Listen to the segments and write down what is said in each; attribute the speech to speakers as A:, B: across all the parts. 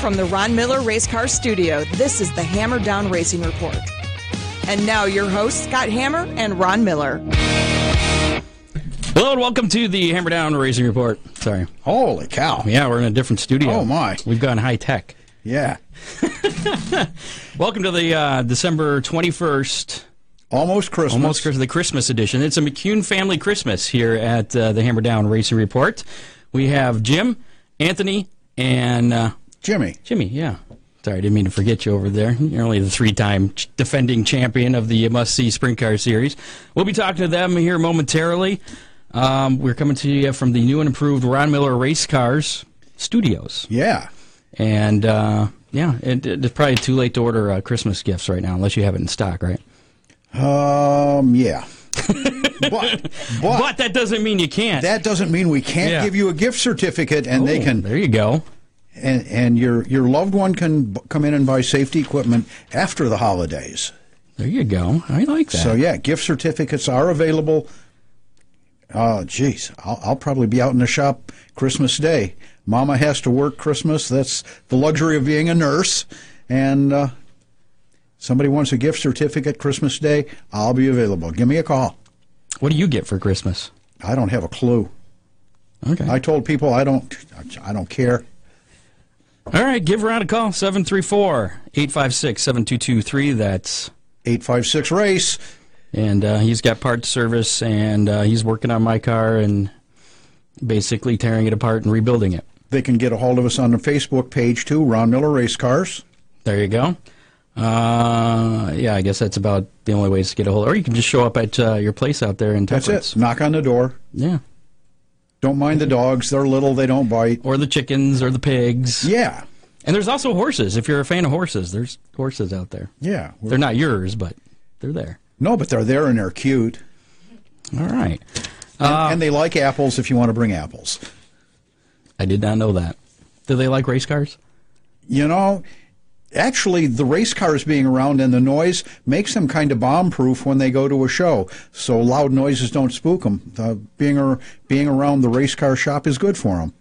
A: From the Ron Miller Race Car Studio, this is the Hammer Down Racing Report. And now your hosts, Scott Hammer and Ron Miller.
B: Hello and welcome to the Hammer Down Racing Report. Sorry.
C: Holy cow.
B: Yeah, we're in a different studio.
C: Oh, my.
B: We've gone high tech.
C: Yeah.
B: Welcome to the uh, December 21st,
C: Almost Christmas.
B: almost Christmas, the Christmas edition. It's a McCune family Christmas here at uh, the Hammer Down Racing Report. We have Jim, Anthony, and uh,
C: Jimmy.
B: Jimmy, yeah. Sorry, I didn't mean to forget you over there. You're only the three time defending champion of the Must See Sprint Car Series. We'll be talking to them here momentarily. Um, we're coming to you from the new and improved Ron Miller Race Cars Studios.
C: Yeah.
B: And uh, yeah, it, it's probably too late to order uh, Christmas gifts right now, unless you have it in stock, right?
C: Um, yeah. but, but,
B: But that doesn't mean you can't.
C: that doesn't mean we can't
B: Yeah.
C: give you a gift certificate and they
B: Oh,
C: can
B: There you go.
C: and, and your your loved one can b- come in and buy safety equipment after the holidays.
B: There you go. I like that.
C: So yeah, gift certificates are available. Oh, geez, I'll, I'll probably be out in the shop Christmas Day. Mama has to work Christmas. That's the luxury of being a nurse. And uh, somebody wants a gift certificate Christmas Day, I'll be available. Give me a call.
B: What do you get for Christmas?
C: I don't have a clue.
B: Okay.
C: I told people I don't. I don't care.
B: All right, give Ron a call, 734 856 7223. That's.
C: Eight five six race.
B: And uh, he's got parts service, and uh, he's working on my car and basically tearing it apart and rebuilding it.
C: They can get a hold of us on the Facebook page too. Ron Miller Race Cars.
B: There you go. Uh, yeah, I guess that's about the only ways to get a hold. Or you can just show up at uh, your place out there in
C: That's
B: Temperance.
C: it. Knock on the door.
B: Yeah.
C: Don't mind the dogs. They're little. They don't bite.
B: Or the chickens or the pigs.
C: Yeah.
B: And there's also horses. If you're a fan of horses, there's horses out there.
C: Yeah. We're-
B: They're not yours, but they're there.
C: No, but they're there and they're cute.
B: All right.
C: And,
B: Uh.
C: and they like apples if you want to bring apples.
B: I did not know that. Do they like race cars?
C: You know, actually, the race cars being around and the noise makes them kind of bomb proof when they go to a show. So loud noises don't spook them. Uh, being, ar- being around the race car shop is good for them.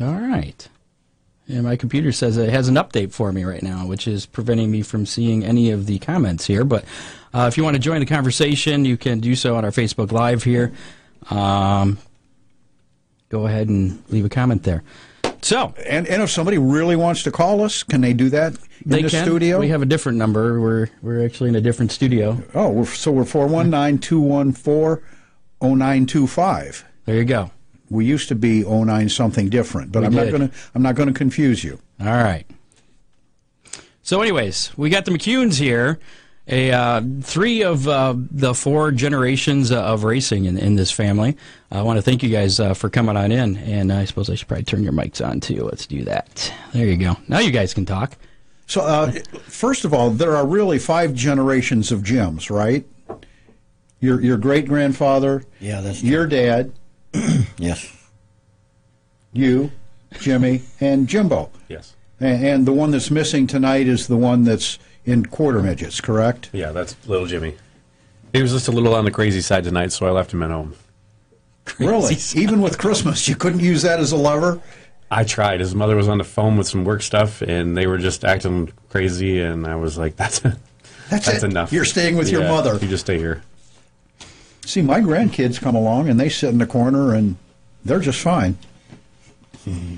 B: All right. And my computer says it has an update for me right now, which is preventing me from seeing any of the comments here. But uh, if you want to join the conversation, you can do so on our Facebook Live here. Um, go ahead and leave a comment there. So
C: And, and if somebody really wants to call us, can they do that in
B: they
C: the
B: can.
C: studio?
B: We have a different number. We're we're actually in a different studio.
C: oh, we're, so we're 419 214 0925.
B: There you go.
C: We used to be 09 something different, but I'm
B: did.
C: not going to I'm not going to confuse you.
B: All right. So, anyways, we got the McCunes here. A uh, three of uh, the four generations uh, of racing in, in this family. I want to thank you guys uh, for coming on in, and I suppose I should probably turn your mics on too. Let's do that. There you go. Now you guys can talk.
C: So, uh, first of all, there are really five generations of Jims, right? Your your great grandfather,
D: Yeah, that's
C: your dad,
D: yes.
C: you, Jimmy, and Jimbo,
E: Yes.
C: and, and the one that's missing tonight is the one that's in quarter midgets, correct?
E: Yeah, that's little Jimmy. He was just a little on the crazy side tonight, so I left him at home.
C: Really, even with Christmas, you couldn't use that as a lever.
E: I tried. His mother was on the phone with some work stuff, and they were just acting crazy, and I was like, "That's
C: That's,
E: that's,
C: it.
E: enough."
C: You're staying with your
E: Yeah,
C: mother.
E: You just stay here.
C: See, my grandkids come along and they sit in the corner and they're just fine.
E: Hmm.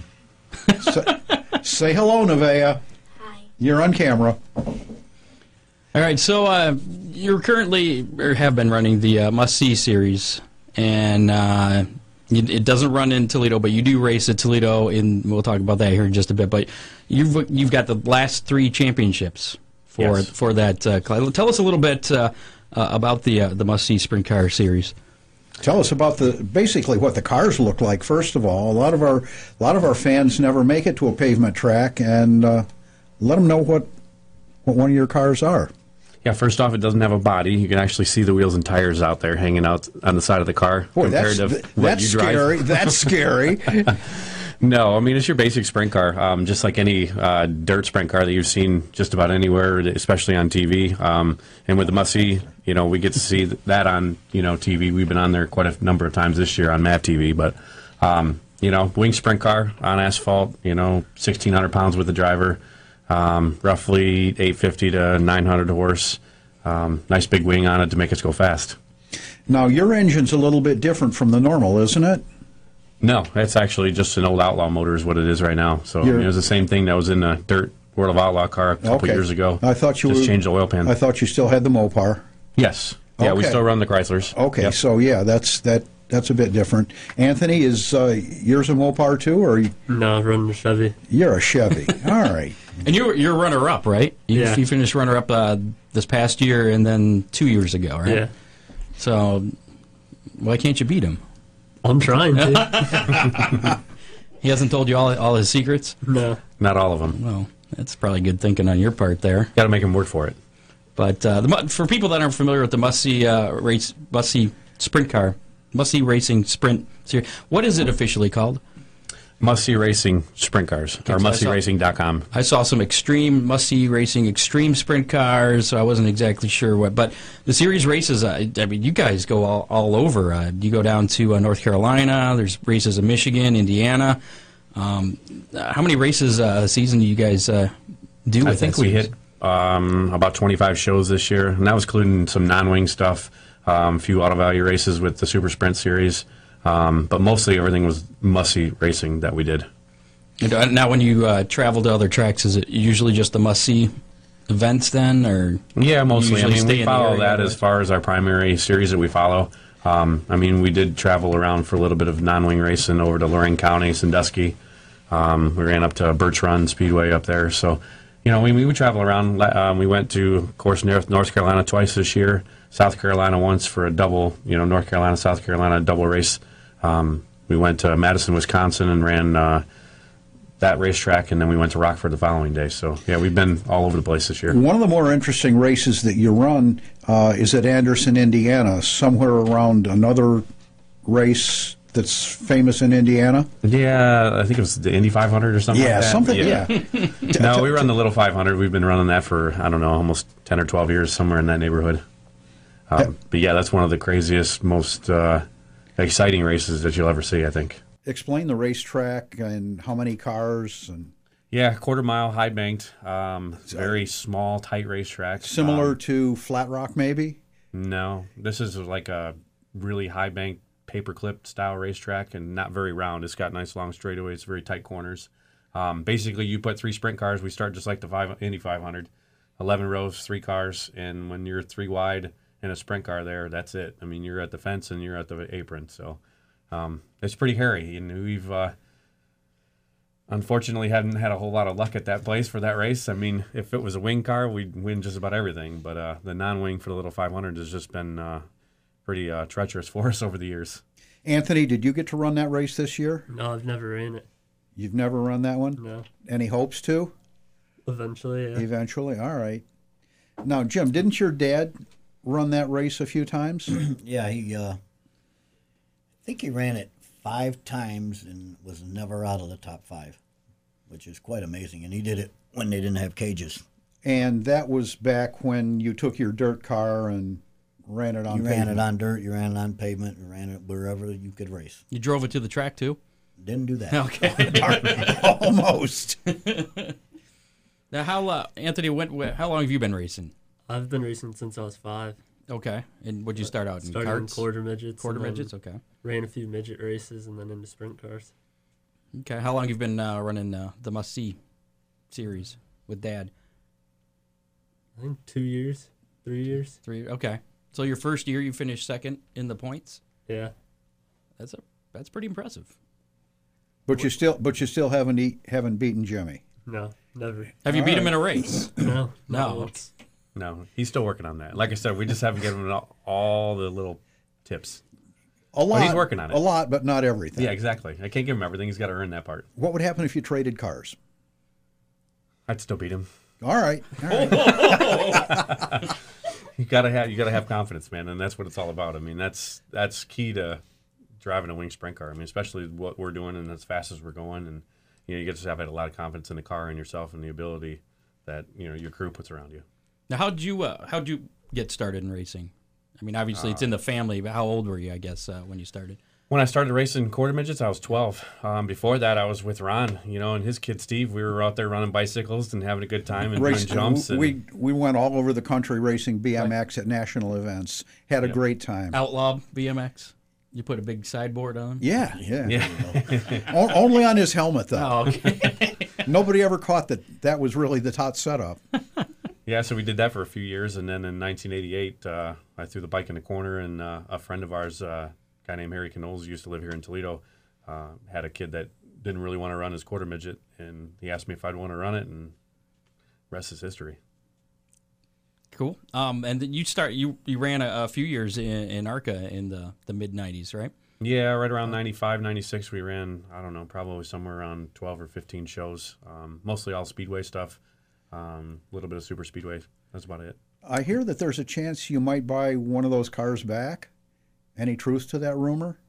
C: Sa- say hello, Nevaeh.
F: Hi.
C: You're on camera.
B: All right. So uh, you're currently or have been running the uh, Must See series, and uh, it, it doesn't run in Toledo, but you do race at Toledo, and we'll talk about that here in just a bit. But you've you've got the last three championships for
E: Yes.
B: for that. Uh, cla- tell us a little bit uh, uh, about the uh, the Must See Sprint Car series.
C: Tell us about the basically what the cars look like. First of all, a lot of our a lot of our fans never make it to a pavement track, and uh, let them know what what one of your cars are.
E: Yeah. First off, it doesn't have a body. You can actually see the wheels and tires out there hanging out on the side of the car
C: Boy, that's
E: compared to
C: th-
E: what
C: that's
E: you drive.
C: scary. That's scary.
E: No, I mean it's your basic sprint car, um, just like any uh, dirt sprint car that you've seen just about anywhere, especially on TV. Um, and with the Mussy, you know, we get to see th- that on you know TV. We've been on there quite a number of times this year on Map TV, but um, you know, wing sprint car on asphalt, you know, 1,600 pounds with the driver, um, roughly 850 to 900 horse. Um, nice big wing on it to make us go fast.
C: Now, your engine's a little bit different from the normal, isn't it?
E: No, that's actually just an old Outlaw motor, is what it is right now. So I mean,
C: You're-
E: it was the same thing that was in the dirt World of Outlaw car a couple years ago.
C: I thought you
E: just
C: were-
E: changed the oil pan.
C: I thought you still had the Mopar.
E: yes, yeah, we
C: Okay.
E: still run the Chryslers.
C: Okay,
E: Yep.
C: so yeah, that's that. That's a bit different. Anthony, is uh, yours a Mopar too, or you-
D: No, run the Chevy.
C: you're a Chevy? All right.
B: And you're you're runner up, right? You,
D: Yeah.
B: you finished runner up uh, this past year, and then two years ago, right?
D: Yeah.
B: So why can't you beat him?
D: I'm trying to.
B: He hasn't told you all all his secrets.
D: no.
E: Not all of them.
B: Well, that's probably good thinking on your part there.
E: Got to make them work for it.
B: But uh, the, mu- for people that aren't familiar with the must see uh, race, must see sprint car, must see racing sprint series, what is it officially called?
E: Must see racing sprint cars or
B: so I
E: must
B: saw-
E: mustsyracing.com.
B: I saw some extreme must see racing, extreme sprint cars. So I wasn't exactly sure what, but the series races. I, I mean, you guys go all, all over. Uh, you go down to uh, North Carolina. There's races in Michigan, Indiana. Um, uh, how many races uh, a season do you guys uh, do? With
E: I
B: that
E: think we
B: series?
E: hit um, about 25 shows this year, and that was including some non-wing stuff, um, a few auto value races with the Super Sprint Series, um, but mostly everything was musty racing that we did.
B: And, uh, Now, when you uh, travel to other tracks, is it usually just the must see events then, or
E: Yeah, mostly.
B: usually
E: I mean,
B: stay in
E: we
B: the
E: follow
B: area,
E: that
B: right?
E: as far as our primary series that we follow. Um, I mean, we did travel around for a little bit of non-wing racing over to Loring County, Sandusky. Um, we ran up to Birch Run Speedway up there. So, you know, we, we would travel around. La- Um, we went to, of course, North, North Carolina twice this year, South Carolina once for a double, you know, North Carolina, South Carolina double race. Um, we went to Madison, Wisconsin and ran uh, that racetrack, and then we went to Rockford the following day. So, yeah, we've been all over the place this year.
C: One of the more interesting races that you run uh, is at Anderson, Indiana, somewhere around another race that's famous in Indiana.
E: Yeah, I think it was the Indy 500 or something.
C: Yeah,
E: like that.
C: something. Yeah.
E: no, we run the little 500. We've been running that for I don't know, almost 10 or 12 years, somewhere in that neighborhood. Um, but yeah, that's one of the craziest, most uh, exciting races that you'll ever see. I think.
C: Explain the racetrack and how many cars and
E: Yeah, quarter mile, high banked, um, very small, tight racetrack. Um,
C: similar to Flat Rock, maybe.
E: No, this is like a really high bank paperclip style racetrack and not very round. It's got nice long straightaways, very tight corners. Um, basically, you put three sprint cars. We start just like the five, Indy 500, 11 rows, three cars, and when you're three wide in a sprint car, there, that's it. I mean, you're at the fence and you're at the apron, so um, it's pretty hairy. And we've uh, unfortunately haven't had a whole lot of luck at that place for that race. I mean, if it was a wing car, we'd win just about everything. But uh, the non-wing for the little 500 has just been uh, pretty uh, treacherous for us over the years.
C: Anthony, did you get to run that race this year?
D: No, I've never ran it.
C: You've never run that one?
D: No.
C: Any hopes to?
D: Eventually, yeah.
C: Eventually, all right. Now, Jim, didn't your dad run that race a few times?
F: Yeah, he. Uh, I think he ran it five times and was never out of the top five, which is quite amazing. And he did it when they didn't have cages.
C: and that was back when you took your dirt car and ran it on.
F: You ran it
C: pavement.
F: on dirt. You ran it on pavement. You ran it wherever you could race.
B: you drove it to the track too?
F: Didn't do that.
B: Okay.
C: almost.
B: now, how uh, Anthony? When, wh- how long have you been racing?
D: I've been racing since I was five.
B: Okay, and would you start out in
D: Started in
B: carts,
D: quarter midgets.
B: quarter
D: and then
B: midgets? Okay.
D: Ran a few midget races and then into sprint cars.
B: Okay. How long have you been uh, running uh, the must see series with Dad?
D: I think two years, three years.
B: Three. Okay. So your first year, you finished second in the points.
D: Yeah.
B: That's a that's pretty impressive.
C: But you still, but you still haven't eat, haven't beaten Jimmy.
D: No, never.
B: Have you beat him in a race?
D: No.
B: No.
D: not once.
E: No, he's still working on that. Like I said, we just haven't given him all, all the little tips.
C: A lot.
E: Oh, he's working on it.
C: A lot, but not everything.
E: Yeah, exactly. I can't give him everything. He's got to earn that part.
C: What would happen if you traded cars?
E: I'd still beat him.
C: All right. All right.
E: You gotta have you gotta have confidence, man, and that's what it's all about. I mean, that's that's key to driving a wing sprint car. I mean, especially what we're doing and as fast as we're going, and you know, you just have to have a lot of confidence in the car and yourself and the ability that you know your crew puts around you.
B: Now, how'd you uh, how'd you get started in racing? I mean, obviously it's in the family, but how old were you? I guess uh, when you started.
E: when I started racing quarter midgets, I was 12. Um, before that, I was with Ron, you know, and his kid Steve. We were out there running bicycles and having a good time and
C: Race,
E: doing jumps. And,
C: we we went all over the country racing BMX at national events. Had a great time.
B: Outlaw BMX. You put a big sideboard on.
C: Yeah, yeah. O- only on his helmet though.
B: Oh, okay.
C: Nobody ever caught that. That was really the top setup.
E: Yeah, so we did that for a few years, and then in 1988, uh, I threw the bike in the corner, and uh, a friend of ours, uh, a guy named Harry Knowles, used to live here in Toledo, uh, had a kid that didn't really want to run his quarter midget, and he asked me if I'd want to run it, and rest is history.
B: cool. Um, and then you start. You you ran a, a few years in, in ARCA in the the mid '90s, right?
E: Yeah, right around 95, 96, we ran, I don't know, probably somewhere around 12 or 15 shows, um, mostly all speedway stuff, a little bit of super speedway. That's about it.
C: I hear that there's a chance you might buy one of those cars back. Any truth to that rumor?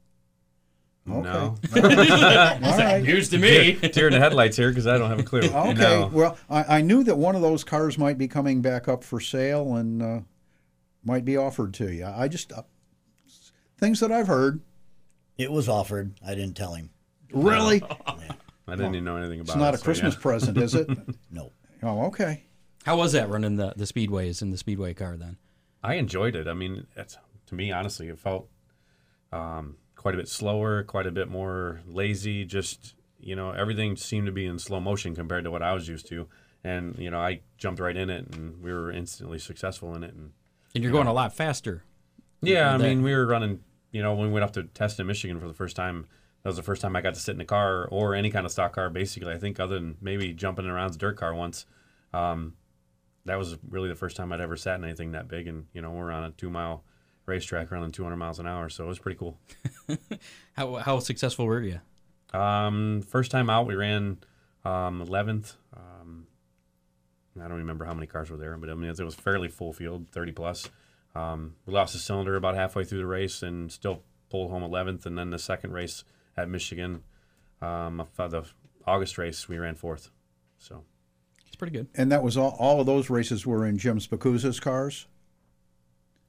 E: No.
C: All right.
B: News to me.
E: Deer in the headlights here because I don't have a clue.
C: Okay.
E: No.
C: Well, I, I knew that one of those cars might be coming back up for sale and uh, might be offered to you. I just uh, things that I've heard.
F: It was offered. I didn't tell him.
C: Really,
E: I didn't even know anything about
C: it's
E: it.
C: not a
E: so, yeah.
C: Christmas present, is it?
F: No.
C: oh, okay.
B: How was that running the the speedways in the speedway car then?
E: I enjoyed it. I mean, it's, to me, honestly, it felt um, quite a bit slower, quite a bit more lazy. Just you know, everything seemed to be in slow motion compared to what I was used to. And you know, I jumped right in it, and we were instantly successful in it. And
B: And you're going a lot faster.
E: yeah, I
B: That-
E: mean, we were running. You know, when we went up to test in Michigan for the first time, that was the first time I got to sit in a car or any kind of stock car. Basically, I think other than maybe jumping around a dirt car once, um, that was really the first time I'd ever sat in anything that big. And you know, we're on a two mile racetrack running 200 miles an hour, so it was pretty cool.
B: How how successful were you?
E: Um, first time out, we ran um, 11th. Um, I don't remember how many cars were there, but I mean, it was fairly full field, 30 plus. Um, we lost a cylinder about halfway through the race and still pulled home 11th. And then the second race at Michigan, um, I thought the August race, we ran fourth. So,
B: It's pretty good.
C: And that was all. All of those races were in Jim Spacuza's cars.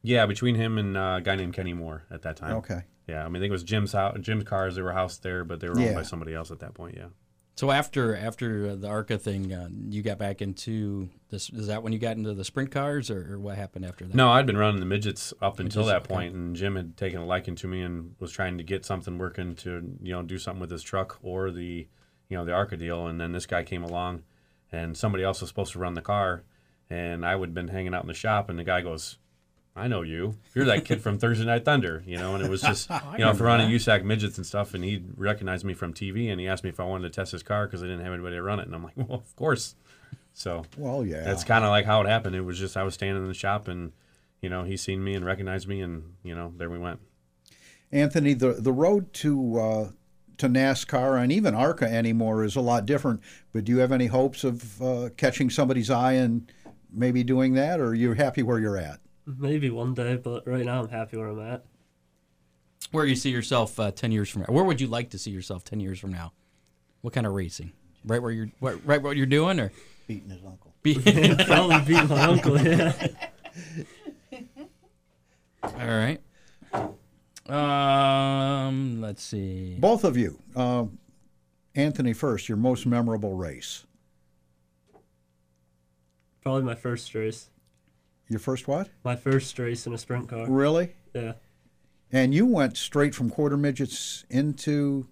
E: yeah, between him and uh, a guy named Kenny Moore at that time.
C: Okay.
E: Yeah, I mean, I think it was Jim's house, Jim's cars. They were housed there, but they were owned
C: Yeah.
E: by somebody else at that point. Yeah.
B: So after after uh, the ARCA thing, uh, you got back into this. Is that when you got into the sprint cars, or, or what happened after that?
E: No, I'd been running the midgets up until that point, and Jim had taken a liking to me and was trying to get something working to you know do something with his truck or the you know the Arca deal. And then this guy came along, and somebody else was supposed to run the car, and I would have been hanging out in the shop, and the guy goes. I know you. You're that kid from Thursday Night Thunder, you know, and it was just,
B: Oh,
E: you know, for running USAC midgets and stuff. And he recognized me from TV and he asked me if I wanted to test his car because I didn't have anybody to run it. And I'm like, well, of course. So
C: Well, yeah.
E: that's kind of like how it happened. It was just I was standing in the shop and, you know, he seen me and recognized me and, you know, there we went.
C: Anthony, the the road to uh, to NASCAR and even ARCA anymore is a lot different. But do you have any hopes of uh, catching somebody's eye and maybe doing that, or you're happy where you're at?
D: Maybe one day, but right now I'm happy where I'm at.
B: Where you see yourself uh, ten years from now? Where would you like to see yourself ten years from now? What kind of racing? Right where you're, what, right what you're doing, or
F: Beating his uncle.
B: be
D: Probably beat my uncle. Yeah.
B: all right. Um, let's see.
C: Both of you, uh, Anthony, first, your most memorable race.
D: Probably my first race.
C: Your first what?
D: My first race in a sprint car.
C: Really?
D: Yeah.
C: And you went straight from quarter midgets into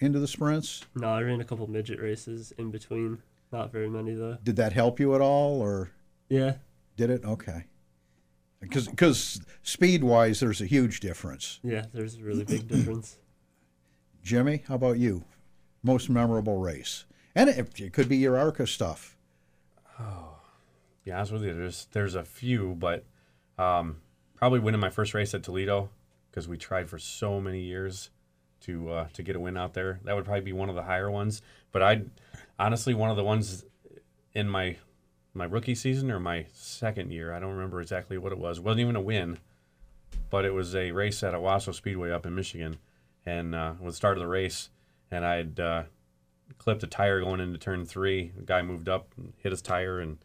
C: into the sprints.
D: No, I ran a couple midget races in between. Not very many though.
C: Did that help you at all, or
D: Yeah.
C: did it? Okay. Because speed wise, there's a huge difference.
D: Yeah. There's a really big difference.
C: Jimmy, how about you? Most memorable race, and it, it could be your ARCA stuff.
E: To be honest with you, there's there's a few, but um, probably winning my first race at Toledo because we tried for so many years to uh, to get a win out there. That would probably be one of the higher ones. But I honestly one of the ones in my my rookie season or my second year, I don't remember exactly what it was. wasn't even a win, but it was a race at Owasso Speedway up in Michigan, and uh, it was the start of the race, and I'd uh, clipped a tire going into turn three. The guy moved up, and hit his tire, and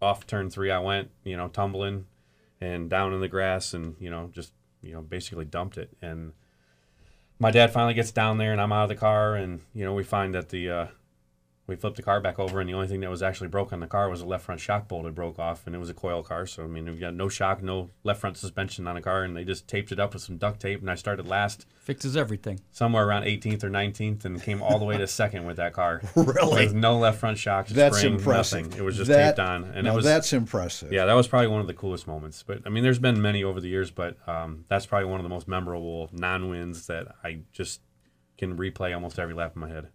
E: off turn three I went, you know, tumbling and down in the grass and, you know, just, you know, basically dumped it. And my dad finally gets down there and I'm out of the car and you know we find that the uh, we flipped the car back over and the only thing that was actually broke on the car was the left front shock bolt had broke off and it was a coil car so I mean we've got no shock no left front suspension on a car and they just taped it up with some duct tape and I started last
B: Fixes everything.
E: somewhere around 18th or 19th and came all the way to second with that car
C: Really?
E: with no left front shock
C: That's
E: spring,
C: impressive.
E: nothing. it was just
C: That-
E: taped on and
C: now
E: it was
C: that's impressive.
E: yeah, that was probably one of the coolest moments. But I mean, there's been many over the years, but um, that's probably one of the most memorable non-wins that I just can replay almost every lap in my head.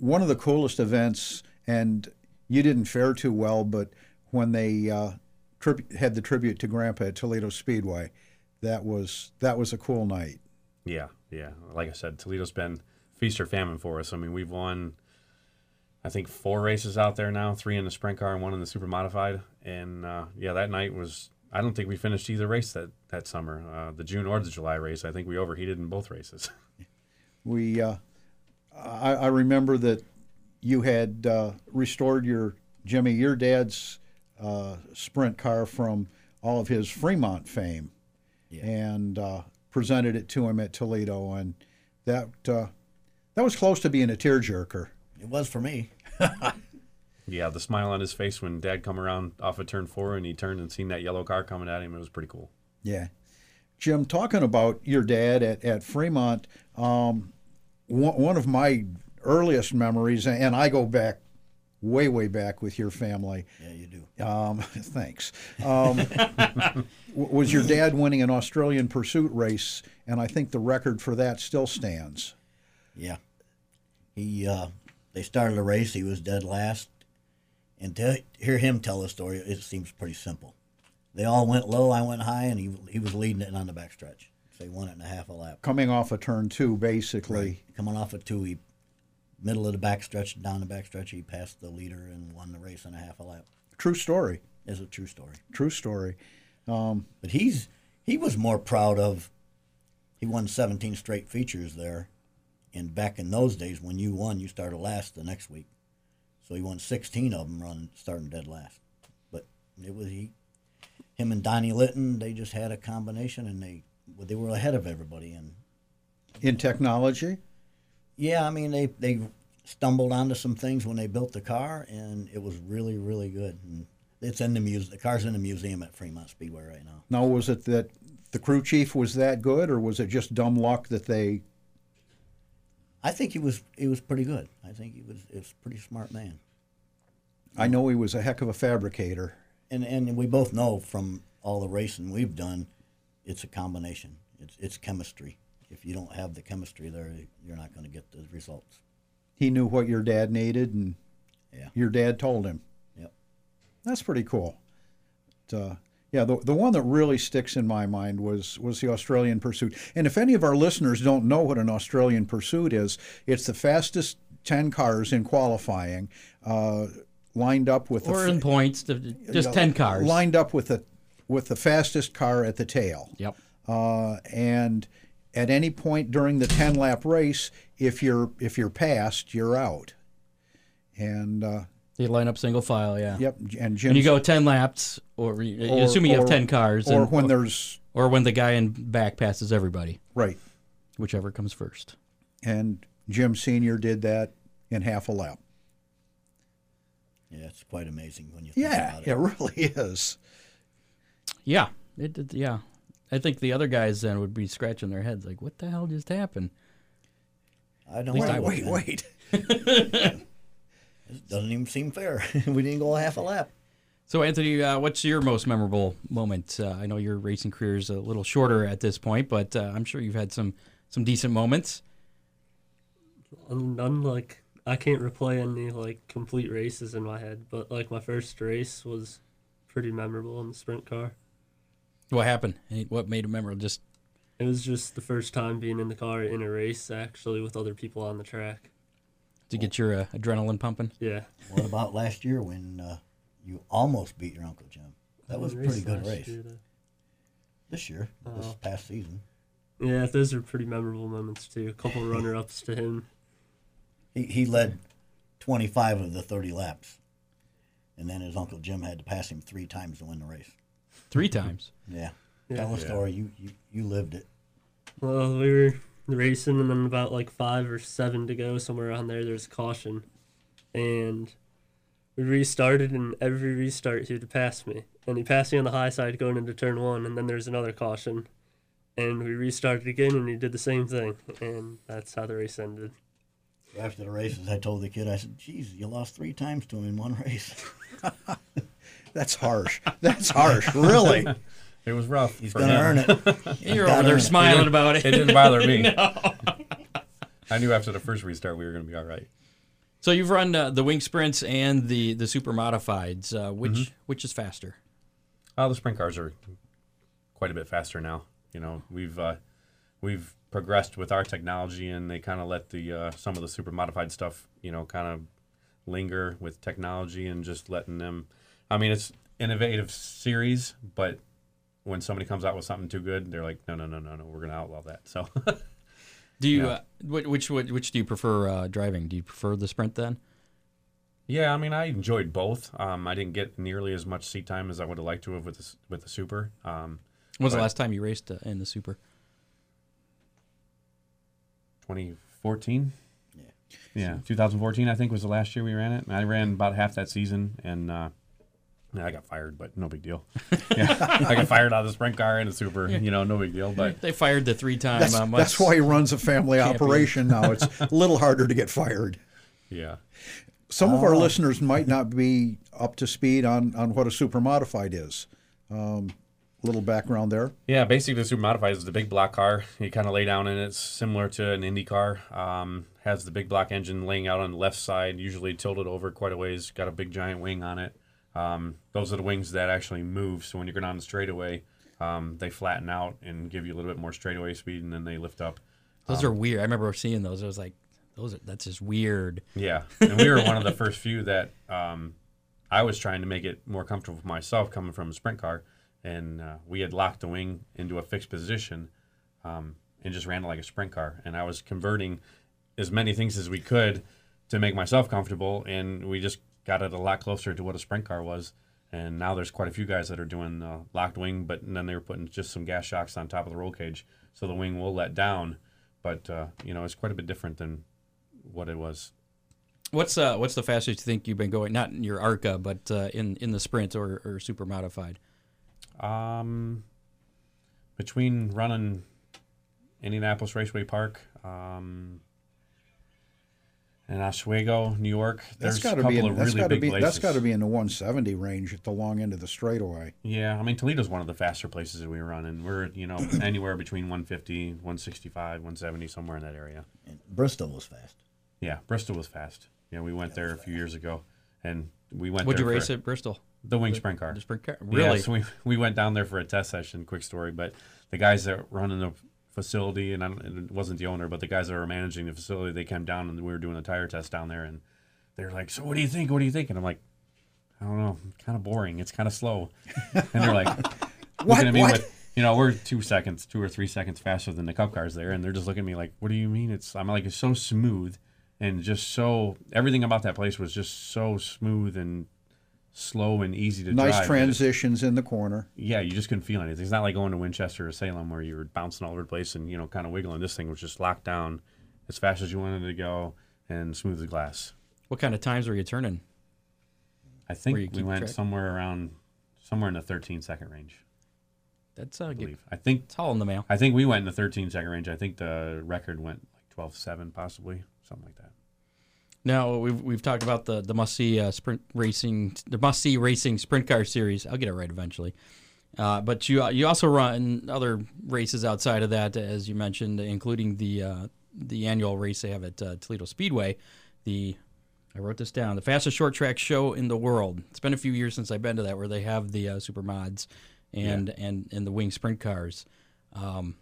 C: one of the coolest events, and you didn't fare too well, but when they uh, trib- had the tribute to Grandpa at Toledo Speedway, that was that was a cool night.
E: Yeah, yeah. Like I said, Toledo's been feast or famine for us. I mean, we've won, I think, four races out there now, three in the sprint car and one in the super modified. And uh, yeah, that night was. I don't think we finished either race that that summer. Uh, the June or the July race, I think we overheated in both races.
C: We, uh, I, I remember that you had uh, restored your Jimmy, your dad's uh, sprint car from all of his Fremont fame, and uh, presented it to him at Toledo, and that uh, that was close to being a tearjerker.
F: It was for me.
E: Yeah, the smile on his face when Dad come around off of turn four and he turned and seen that yellow car coming at him. It was pretty cool.
C: Yeah. Jim, talking about your dad at, at Fremont, um, one, one of my earliest memories, and I go back way, way back with your family.
F: Yeah, you do.
C: Um, thanks. Um, w- was your dad winning an Australian pursuit race? And I think the record for that still stands.
F: Yeah. He uh they started a race, he was dead last. And to hear him tell the story, it seems pretty simple. They all went low, I went high, and he he was leading it on the back stretch. Say one and a half a lap.
C: Coming off a turn two, basically.
F: Coming off a two, he middle of the back stretch, down the back stretch, he passed the leader and won the race on a half a lap.
C: True story.
F: It's a true story.
C: True story.
F: But he's he was more proud of he won 17 straight features there. And back in those days, when you won, you started last the next week. So he won 16 of them running starting dead last. But it was he, him and Donnie Litton. They just had a combination, and they well, they were ahead of everybody. And
C: In technology,
F: yeah, I mean they they stumbled onto some things when they built the car, and it was really really good. And it's in the muse. The car's in the museum at Fremont Speedway right now.
C: now was it that the crew chief was that good, or was it just dumb luck that they
F: I think he was he was pretty good. I think he was he was a pretty smart man.
C: I know he was a heck of a fabricator.
F: And and we both know from all the racing we've done, it's a combination. It's it's chemistry. If you don't have the chemistry there, you're not going to get the results.
C: He knew what your dad needed, and
F: Yeah.
C: your dad told him.
F: Yep.
C: That's pretty cool. But, uh, yeah, the, the one that really sticks in my mind was, was the Australian Pursuit. And if any of our listeners don't know what an Australian Pursuit is, it's the fastest 10 cars in qualifying uh, lined up with
B: Or
C: the,
B: in
C: f-
B: points, to, just
C: uh,
B: 10 cars.
C: lined up with the with the fastest car at the tail.
B: Yep.
C: uh, and at any point during the 10 lap race if you're if you're past you're out and uh,
B: They line up single file, yeah.
C: yep and Jim
B: And you go 10 laps, or you, you assume you have 10 cars.
C: or
B: and-
C: when there's
B: or when the guy in back passes everybody,
C: right
B: whichever comes first.
C: and Jim senior did that in half a lap
F: Yeah, it's quite amazing when you think
C: yeah
F: about it.
C: it really is
B: Yeah. It, did yeah. I think the other guys then would be scratching their heads like, what the hell just happened?
F: I don't
B: least I
F: know,
B: would.
C: wait
F: man.
C: wait
F: It doesn't even seem fair. we didn't go half a lap.
B: So, Anthony, uh, what's your most memorable moment? Uh, I know your racing career is a little shorter at this point, but uh, I'm sure you've had some some decent moments.
D: I'm, I'm like I can't replay any like complete races in my head, but like my first race was pretty memorable in the sprint car.
B: What happened? Any- What made it memorable? Just
D: It was just the first time being in the car in a race actually with other people on the track.
B: to get your uh, adrenaline pumping.
D: Yeah,
F: What about last year when uh, you almost beat your uncle Jim? That was a pretty good
D: last
F: race. Uh-huh.
D: year, though.
F: This year, this past season,
D: Yeah, those are pretty memorable moments too. A couple runner ups to him.
F: He, he led 25 of the 30 laps. And then his Uncle Jim had to pass him three times to win the race.
B: Three times.
F: Yeah.
D: Yeah.
F: Tell a story. You, you, you lived it.
D: Well, we were racing, and then about like five or seven to go, somewhere around there, there's caution, and we restarted, and every restart he would pass me, and he passed me on the high side going into turn one, and then there's another caution, and we restarted again, and he did the same thing, and that's how the race ended.
F: After the races, I told the kid, I said, "Geez, you lost three times to him in one race."
C: That's harsh. That's harsh. Really.
E: It was rough.
F: He's
E: for
F: gonna
E: him.
F: earn it. He's
B: You're
F: gotta
B: over there
F: earn it.
B: smiling about
E: It
B: it.
E: didn't bother me. I knew after the first restart we were going to be all right.
B: So you've run uh, the wing sprints and the the super modifieds. Uh, which which is faster?
E: Oh, the sprint cars are quite a bit faster now. You know, we've uh, we've progressed with our technology, and they kind of let the uh, some of the super modified stuff, you know, kind of linger with technology and just letting them. I mean, it's innovative series, but when somebody comes out with something too good, they're like, no, no, no, no, no, we're going to outlaw that. So
B: Do you uh, wh- which which which do you prefer uh, driving? Do you prefer the sprint then?
E: Yeah, I mean, I enjoyed both. Um, I didn't get nearly as much seat time as I would have liked to have with the, s- with the Super. Um,
B: When was the
E: Right.
B: last time you raced uh, in the super?
E: 2014. Yeah. Yeah, 2014 I think was the last year we ran it, and I ran about half that season, and uh, yeah, I got fired, but no big deal. yeah, I got fired out of the sprint car and the Super. You know, no big deal. But
B: They fired the three time.
C: That's,
B: uh,
C: that's why he runs a family operation now. It's a little harder to get fired.
E: yeah,
C: Some of our
E: Oh.
C: listeners might not be up to speed on, on what a super modified is. Um, little background there.
E: Yeah, basically, the Super Modified is the big block car. You kind of lay down in it, It's similar to an Indy car. Um, has the big block engine laying out on the left side, usually tilted over quite a ways. Got a big giant wing on it. Um, those are the wings that actually move. So when you're going on the straightaway, um, they flatten out and give you a little bit more straightaway speed, and then they lift up.
B: Those are weird. I remember seeing those. I was like, those are, that's just weird.
E: Yeah, and we were one of the first few that um, I was trying to make it more comfortable for myself coming from a sprint car, and uh, we had locked the wing into a fixed position um, and just ran it like a sprint car. And I was converting as many things as we could to make myself comfortable, and we just got it a lot closer to what a sprint car was. And now there's quite a few guys that are doing uh, locked wing, but then they were putting just some gas shocks on top of the roll cage, so the wing will let down. But uh, you know, it's quite a bit different than what it was
B: What's uh what's the fastest you think you've been going? Not in your ARCA, but uh, in in the sprint or, or super modified.
E: Um, between running Indianapolis Raceway Park um, and Oswego, New York,
C: That's
E: there's a
C: got to
E: couple
C: be in,
E: of
C: that's
E: really
C: got to
E: big
C: be
E: places.
C: that's got to be in the 170 range at the long end of the straightaway.
E: Yeah, I mean Toledo's one of the faster places that we run, and we're you know anywhere between 150, 165, 170, somewhere in that area.
F: And Bristol was fast.
E: Yeah, Bristol was fast. Yeah, we went there a few years ago, and we went.
B: Would you
E: there for
B: race at Bristol?
E: The wing sprint car.
B: The sprint car?
E: Yeah,
B: Really?
E: so we, we went down there for a test session. Quick story, but the guys that run in the facility, and, I don't, and it wasn't the owner, but the guys that were managing the facility, they came down and we were doing a tire test down there, and they're like, "So what do you think? What do you think?" And I'm like, "I don't know. Kind of boring. It's kind of slow." and they're like,
C: What?
E: looking at me
C: What?
E: with. You know, we're two seconds, two or three seconds faster than the cup cars there, and they're just looking at me like, "What do you mean?" It's I'm like, it's so smooth, and just so everything about that place was just so smooth and slow and easy to
C: Nice
E: drive. It just-
C: transitions in the corner.
E: yeah, you just couldn't feel anything. It's not like going to Winchester or Salem where you were bouncing all over the place and you know kind of wiggling. This thing was just locked down as fast as you wanted to go and smooth as glass.
B: What kind of times were you turning? Where
E: I
B: you
E: think we
B: keep
E: went
B: track?
E: somewhere around somewhere in the 13 second range.
B: That's uh,
E: I
B: get,
E: believe. I think
B: it's all in the mail.
E: I think we went in the 13 second range. I think the record went like 12 7 possibly something like that.
B: Now we've we've talked about the the must see uh, sprint racing, the must see racing sprint car series. I'll get it right eventually. Uh, but you you also run other races outside of that, as you mentioned, including the uh, the annual race they have at uh, Toledo Speedway. The I wrote this down: the fastest short track show in the world. It's been a few years since I've been to that, where they have the uh, super mods and, and and the wing sprint cars. Um,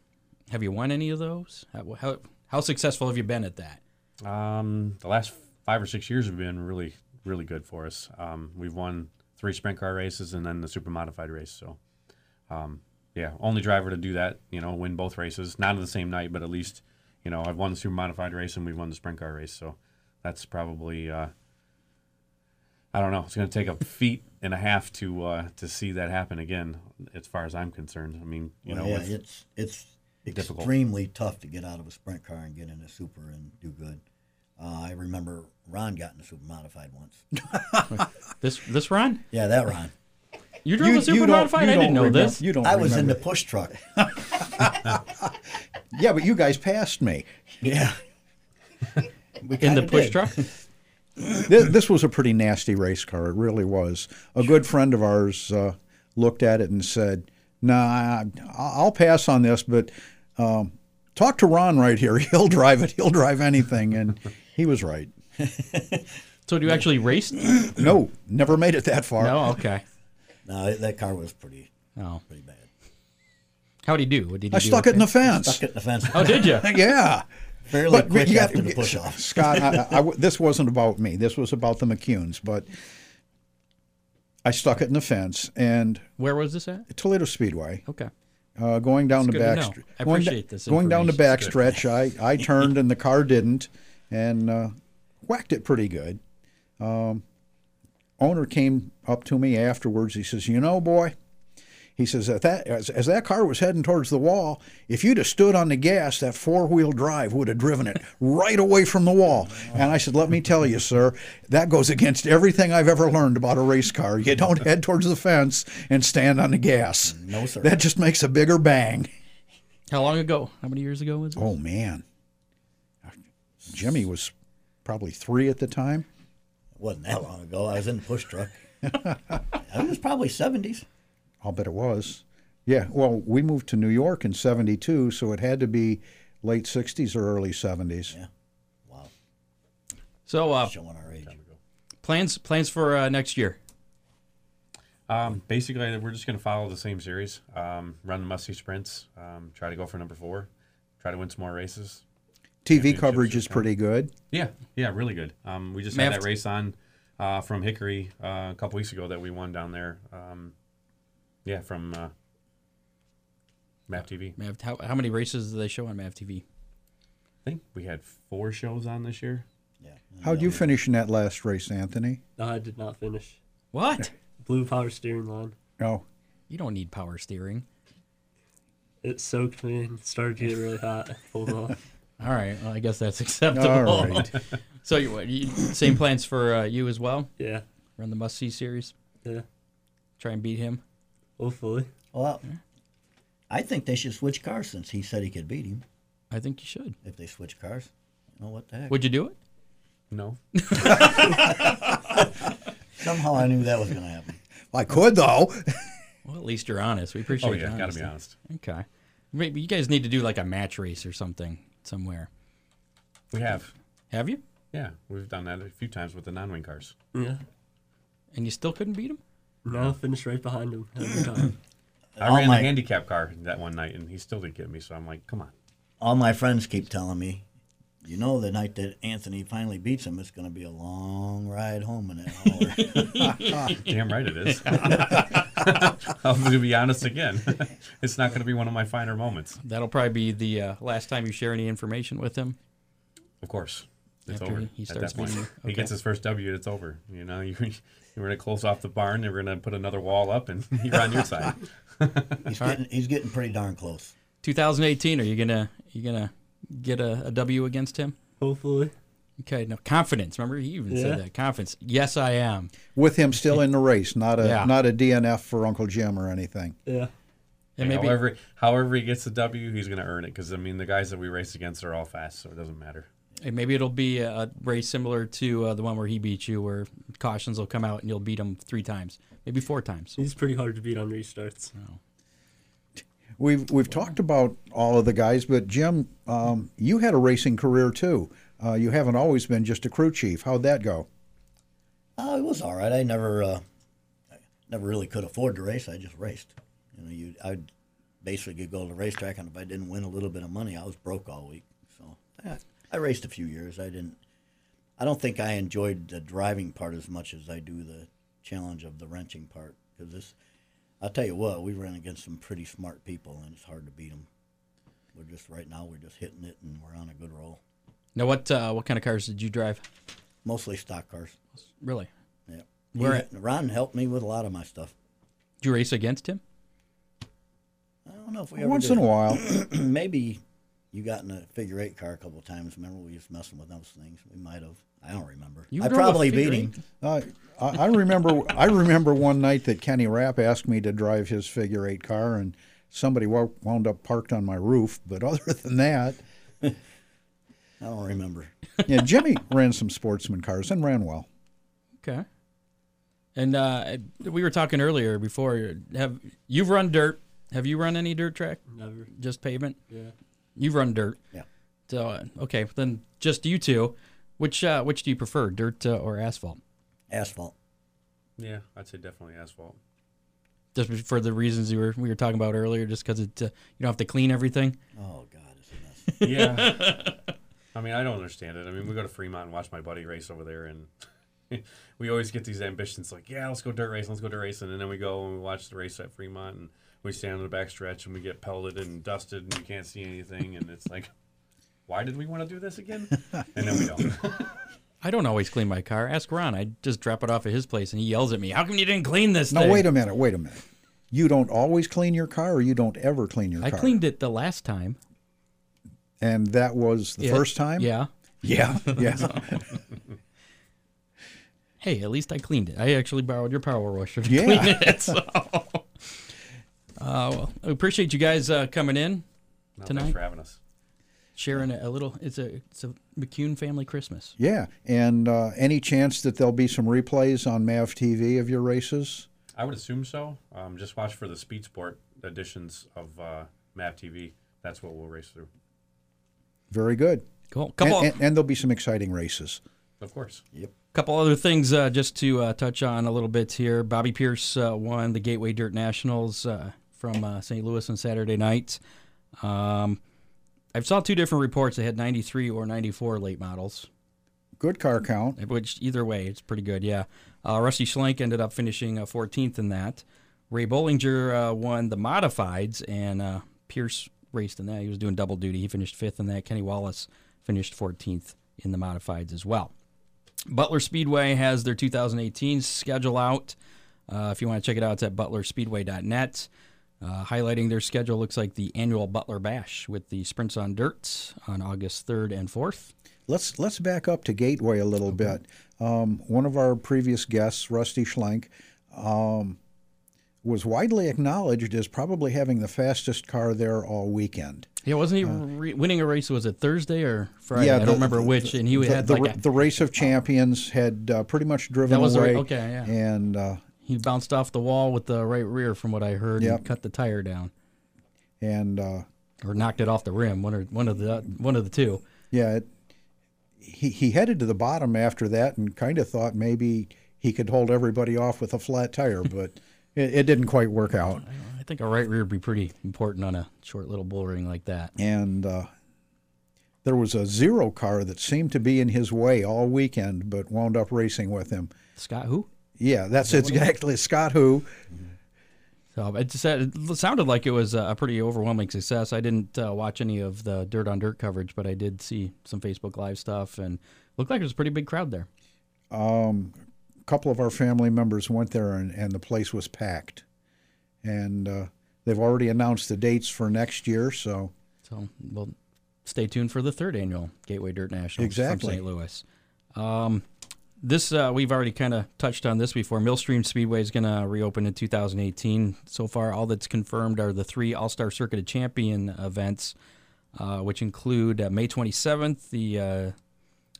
B: have you won any of those? How, how how successful have you been at that?
E: Um, the last five or six years have been really really good for us. Um, we've won three sprint car races and then the super modified race. So, um, yeah, only driver to do that. You know, win both races, not on the same night, but at least you know I've won the super modified race and we've won the sprint car race. So that's probably uh, I don't know. It's going to take a feat and a half to uh, to see that happen again. As far as I'm concerned, I mean, you
F: Well,
E: know,
F: yeah,
E: with-
F: it's it's
E: difficult.
F: extremely tough to get out of a sprint car and get in a super and do good. Uh, I remember Ron got in a super modified once.
B: This this Ron,
F: Yeah, that Ron.
B: you drove a super
C: don't-
B: modified.
C: you
B: I
C: don't
B: didn't know
C: remember-
B: this.
C: You don't.
F: I was in the
C: remember.
F: push truck.
C: Yeah, but you guys passed me.
F: Yeah. We
B: in
F: kinda
B: the push
F: did.
B: truck.
C: this, this was a pretty nasty race car. It really was. A good friend of ours uh, looked at it and said, "Nah, I- I'll pass on this, but um, talk to Ron right here. He'll drive it. He'll drive anything." And he was right.
B: So do you actually race?
C: No, never made it that far.
B: No, okay.
F: No, it- that car was pretty
B: Oh,
F: pretty bad.
B: how'd he do? What did he
C: I
B: do
C: stuck
B: with
C: it in the fence. Uh,
F: Stuck it in the fence.
B: Oh, did you?
C: Yeah.
F: Fairly
C: But
F: quick
C: yeah,
F: after the push off.
C: Scott, I, I- I w- this wasn't about me. This was about the McCunes, but I stuck it in the fence and
B: Where was this at?
C: Toledo Speedway.
B: Okay.
C: Uh, going down the
B: good to
C: back,
B: know.
C: str-
B: I
C: going,
B: appreciate this
C: going down the back
B: information.
C: stretch, I, I turned and the car didn't, and uh, whacked it pretty good. Um, owner came up to me afterwards. He says, "You know, boy," he says, "At that as, as that car was heading towards the wall, if you'd have stood on the gas, that four wheel drive would have driven it right away from the wall." And I said, "Let me tell you, sir, that goes against everything I've ever learned about a race car. You don't head towards the fence and stand on the gas.
F: No, sir.
C: That just makes a bigger bang."
B: How long ago? How many years ago was it?
C: Oh man, Jimmy was probably three at the time.
F: It wasn't that long ago. I was in the push truck. it was probably 70s.
C: I'll bet it was. Yeah. Well, we moved to New York in '72, so it had to be late '60s or early '70s.
F: Wow,
B: So uh,
F: showing our age.
B: plans plans for uh, next year.
E: Um, basically, we're just going to follow the same series, um, run the musty sprints, um, try to go for number four, try to win some more races.
C: TV coverage is pretty good.
E: Yeah, yeah, really good. Um, we just
B: May
E: had
B: have
E: that race on uh, from Hickory uh, a couple weeks ago that we won down there. Um, yeah, from uh, Map TV. I
B: Mav, how, how many races do they show on Mav TV?
E: think we had four shows on this year.
F: Yeah.
C: How'd you finish in that last race, Anthony?
D: No, I did not finish.
B: What?
D: Blue power steering line.
C: Oh,
B: You don't need power steering.
D: It soaked me and started to get really hot. I Pulled off.
B: All right. Well, I guess that's
F: Oh.
B: acceptable.
C: all right.
B: So you, what, you same plans for uh, you as well?
D: Yeah,
B: Run the must see series.
D: yeah.
B: Try and beat him.
D: Hopefully,
F: Well, I think they should switch cars since he said he could beat him
B: I think you should.
F: if they switch cars. You know what the heck?
B: Would you do it?
E: No,
F: Somehow I knew that was going to happen.
C: I could though.
B: Well, at least you're honest. We appreciate.
E: oh yeah,
B: your
E: gotta be
B: honesty.
E: honest.
B: Okay. Maybe you guys need to do like a match race or something somewhere.
E: We have,
B: Have you?
E: yeah, we've done that a few times with the non-wing cars.
D: yeah.
B: And you still couldn't beat him?
D: Now finish right behind him every time.
E: I
F: All
E: ran
F: my-
E: the handicap car that one night, and he still didn't get me. So I'm like, come on.
F: All my friends keep telling me, you know, the night that Anthony finally beats him, it's going to be a long ride home in that hour.
E: Damn right it is. I'm going to be honest again. it's not going to be one of my finer moments.
B: That'll probably be the uh, last time you share any information with him.
E: Of course. It's
B: After
E: over.
B: he- he
E: at
B: starts
E: that point.
B: beating you.
E: He gets
B: Okay.
E: his first W, it's over. You know, you, you're going to close off the barn, and we're going to put another wall up, and you're on your side.
F: he's, getting, he's getting pretty darn close.
B: 2018. Are you gonna you gonna get a, a W against him?
D: Hopefully,
B: Okay. No confidence. Remember, he even
D: Yeah.
B: said that confidence. Yes, I am.
C: With him still in the race, not a
B: Yeah.
C: not a DNF for Uncle Jim or anything.
D: yeah.
B: And maybe
E: However, however he gets the W, he's going to earn it because, I mean, the guys that we race against are all fast, so it doesn't matter.
B: and maybe it'll be a a race similar to uh, the one where he beat you, where cautions will come out and you'll beat him three times, maybe four times.
D: He's pretty hard to beat on restarts.
C: We've we've talked about all of the guys, but Jim, um, you had a racing career too. Uh, you haven't always been just a crew chief. How'd that go?
F: Oh, it was all right. I never, uh, I never really could afford to race. I just raced. You know, you I'd basically go to the racetrack, and if I didn't win a little bit of money, I was broke all week. So I, I raced a few years. I didn't. I don't think I enjoyed the driving part as much as I do the challenge of the wrenching part. Because this, I'll tell you what, we ran against some pretty smart people, and it's hard to beat them. We're just right now, we're just hitting it, and we're on a good roll.
B: Now, what uh, what kind of cars did you drive?
F: Mostly stock cars.
B: Really?
F: Yeah.
B: Where
F: He- Ron helped me with a lot of my stuff.
B: Did you race against him?
F: I don't know if we ever
C: Once
F: did.
C: in a while.
F: maybe you got in a figure eight car a couple times. Remember, we was messing with those things. We might have. I don't remember.
B: You
F: I
B: drove a
F: probably
B: figure
F: beat him.
C: Uh, I I remember. I remember one night that Kenny Rapp asked me to drive his figure eight car, and somebody wo- wound up parked on my roof. But other than that,
F: I don't remember.
C: yeah, Jimmy ran some sportsman cars and ran well.
B: Okay. And uh, we were talking earlier before. Have you've run dirt? Have you run any dirt track?
D: Never.
B: Just pavement?
D: Yeah.
B: You've run dirt.
F: Yeah.
B: So uh, okay, then just you two. Which uh, which do you prefer, dirt uh, or asphalt?
F: Asphalt.
E: Yeah, I'd say definitely asphalt.
B: Just for the reasons you were we were talking about earlier, just because it uh, you don't have to clean everything.
F: Oh God, it's a mess.
E: Yeah. I mean, I don't understand it. I mean, we go to Fremont and watch my buddy race over there, and we always get these ambitions like, yeah, let's go dirt racing, let's go dirt racing. And then we go and we watch the race at Fremont, and we stand on the back stretch and we get pelted and dusted, and you can't see anything. And it's like, why did we want to do this again? And then we don't.
B: I don't always clean my car. Ask Ron. I just drop it off at his place, and he yells at me, "How come you didn't clean this?"
C: Now
B: thing?
C: wait a minute. Wait a minute. You don't always clean your car, or you don't ever clean your
B: I
C: car.
B: cleaned it the last time.
C: and that was the
B: Yeah.
C: first time.
B: Yeah.
C: yeah, yeah,
B: Hey, at least I cleaned it. I actually borrowed your power washer to
C: Yeah.
B: clean it. So. uh, well, I appreciate you guys uh, coming in,
E: No,
B: Tonight?
E: Thanks for having us.
B: sharing a, a little. It's a it's a McCune family Christmas.
C: yeah. And uh, any chance that there'll be some replays on Mav TV of your races?
E: I would assume so. Um, just watch for the Speed Sport editions of uh, Map TV. That's what we'll race through,
C: Very good.
B: Cool.
C: And,
B: Couple
C: and, and there'll be some exciting races.
E: of course.
B: couple other things uh, just to uh, touch on a little bit here. Bobby Pierce uh, won the Gateway Dirt Nationals uh, from uh, St. Louis on Saturday night. Um, I've saw two different reports. They had 93 or 94 late models.
C: Good car count.
B: which either way, it's pretty good. Yeah, uh, Rusty Schlenk ended up finishing uh, 14th in that. Ray Bollinger uh, won the modifieds, and uh, Pierce raced in that. He was doing double duty. He finished fifth in that. Kenny Wallace finished 14th in the modifieds as well. Butler Speedway has their 2018 schedule out. Uh, if you want to check it out, it's at butlerspeedway.net. Uh, highlighting their schedule looks like the annual Butler Bash with the sprints on dirt on August 3rd and 4th.
C: Let's let's back up to Gateway a little bit. Um, one of our previous guests, Rusty Schlenk, um, was widely acknowledged as probably having the fastest car there all weekend.
B: Yeah, wasn't he re- winning a race? Was it Thursday or Friday? I
C: Uh, the-
B: don't remember which. And he
C: the,
B: had
C: the,
B: like
C: ra-
B: a-
C: the race of champions had uh, pretty much driven
B: That was the ra-
C: away.
B: okay, yeah.
C: And uh,
B: he bounced off the wall with the right rear, from what I heard,
C: Yep.
B: and cut the tire down
C: and uh,
B: or knocked it off the rim. One or one of the one of the two.
C: yeah, it, he he headed to the bottom after that and kind of thought maybe he could hold everybody off with a flat tire, but it, it didn't quite work out.
B: I think a right rear would be pretty important on a short little bull ring like that.
C: and uh, there was a zero car that seemed to be in his way all weekend, but wound up racing with him.
B: Scott, who?
C: Yeah, that's exactly Scott who.
B: So it just said- it sounded like it was a pretty overwhelming success. I didn't uh, watch any of the dirt on dirt coverage, but I did see some Facebook Live stuff, and looked like it was a pretty big crowd there.
C: A couple of our family members went there, and, and the place was packed. And uh, they've already announced the dates for next year, so
B: So we'll stay tuned for the third annual Gateway Dirt Nationals
C: Exactly.
B: from St. Louis. Um, this uh, we've already kind of touched on this before. Millstream Speedway is going to reopen in 2018. So far, all that's confirmed are the three All Star Circuit of Champion events, uh, which include uh, May 27th, the uh,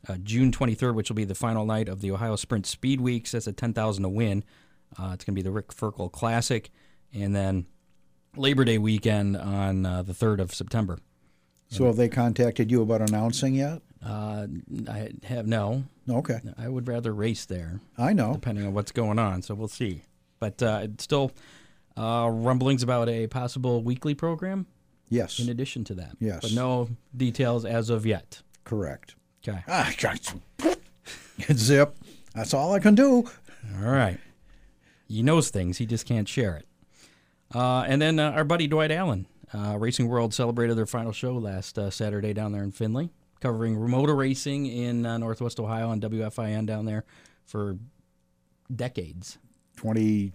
B: uh, June 23rd, which will be the final night of the Ohio Sprint Speed Weeks. That's a 10,000 to win. Uh, it's going to be the Rick Ferkel Classic, and then Labor Day weekend on uh, the 3rd of September.
C: so have they contacted you about announcing yet?
B: Uh, I have no.
C: Okay,
B: I would rather race there,
C: I know.
B: depending on what's going on. So we'll see. But uh, it's still uh, rumblings about a possible weekly program
C: Yes,
B: in addition to that.
C: Yes.
B: But no details as of yet.
C: correct.
B: Okay.
C: Ah, zip. That's all I can do.
B: All right. He knows things. He just can't share it. Uh, and then uh, our buddy Dwight Allen, uh, Racing World celebrated their final show last uh, Saturday down there in Findlay, covering motor racing in uh, Northwest Ohio on WFIN down there for decades.
C: 20,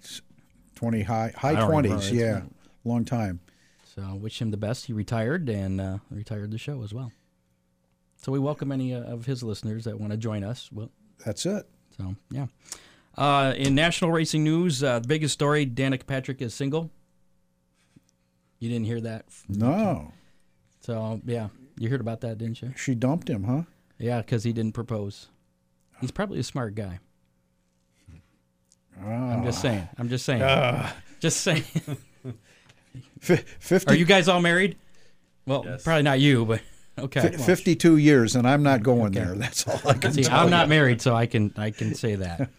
C: 20 high high
B: I don't remember.
C: 20s yeah long time
B: So wish him the best. He retired and uh, retired the show as well. So we welcome any uh, of his listeners that want to join us. Well,
C: That's it.
B: so yeah. Uh, in national racing news, uh, the biggest story: Danica Patrick is single. You didn't hear that,
C: No,
B: so yeah, you heard about that, didn't you?
C: she dumped him, huh?
B: Yeah, because he didn't propose. He's probably a smart guy. I'm just saying. I'm just saying. just saying.
C: F-
B: Are
C: 50,
B: you guys all married? Well,
E: Yes.
B: probably not you, but
C: fi-
B: okay.
C: 52 years, and I'm not going there. That's all I can
B: See,
C: tell
B: I'm
C: you.
B: not married, so I can I can say that.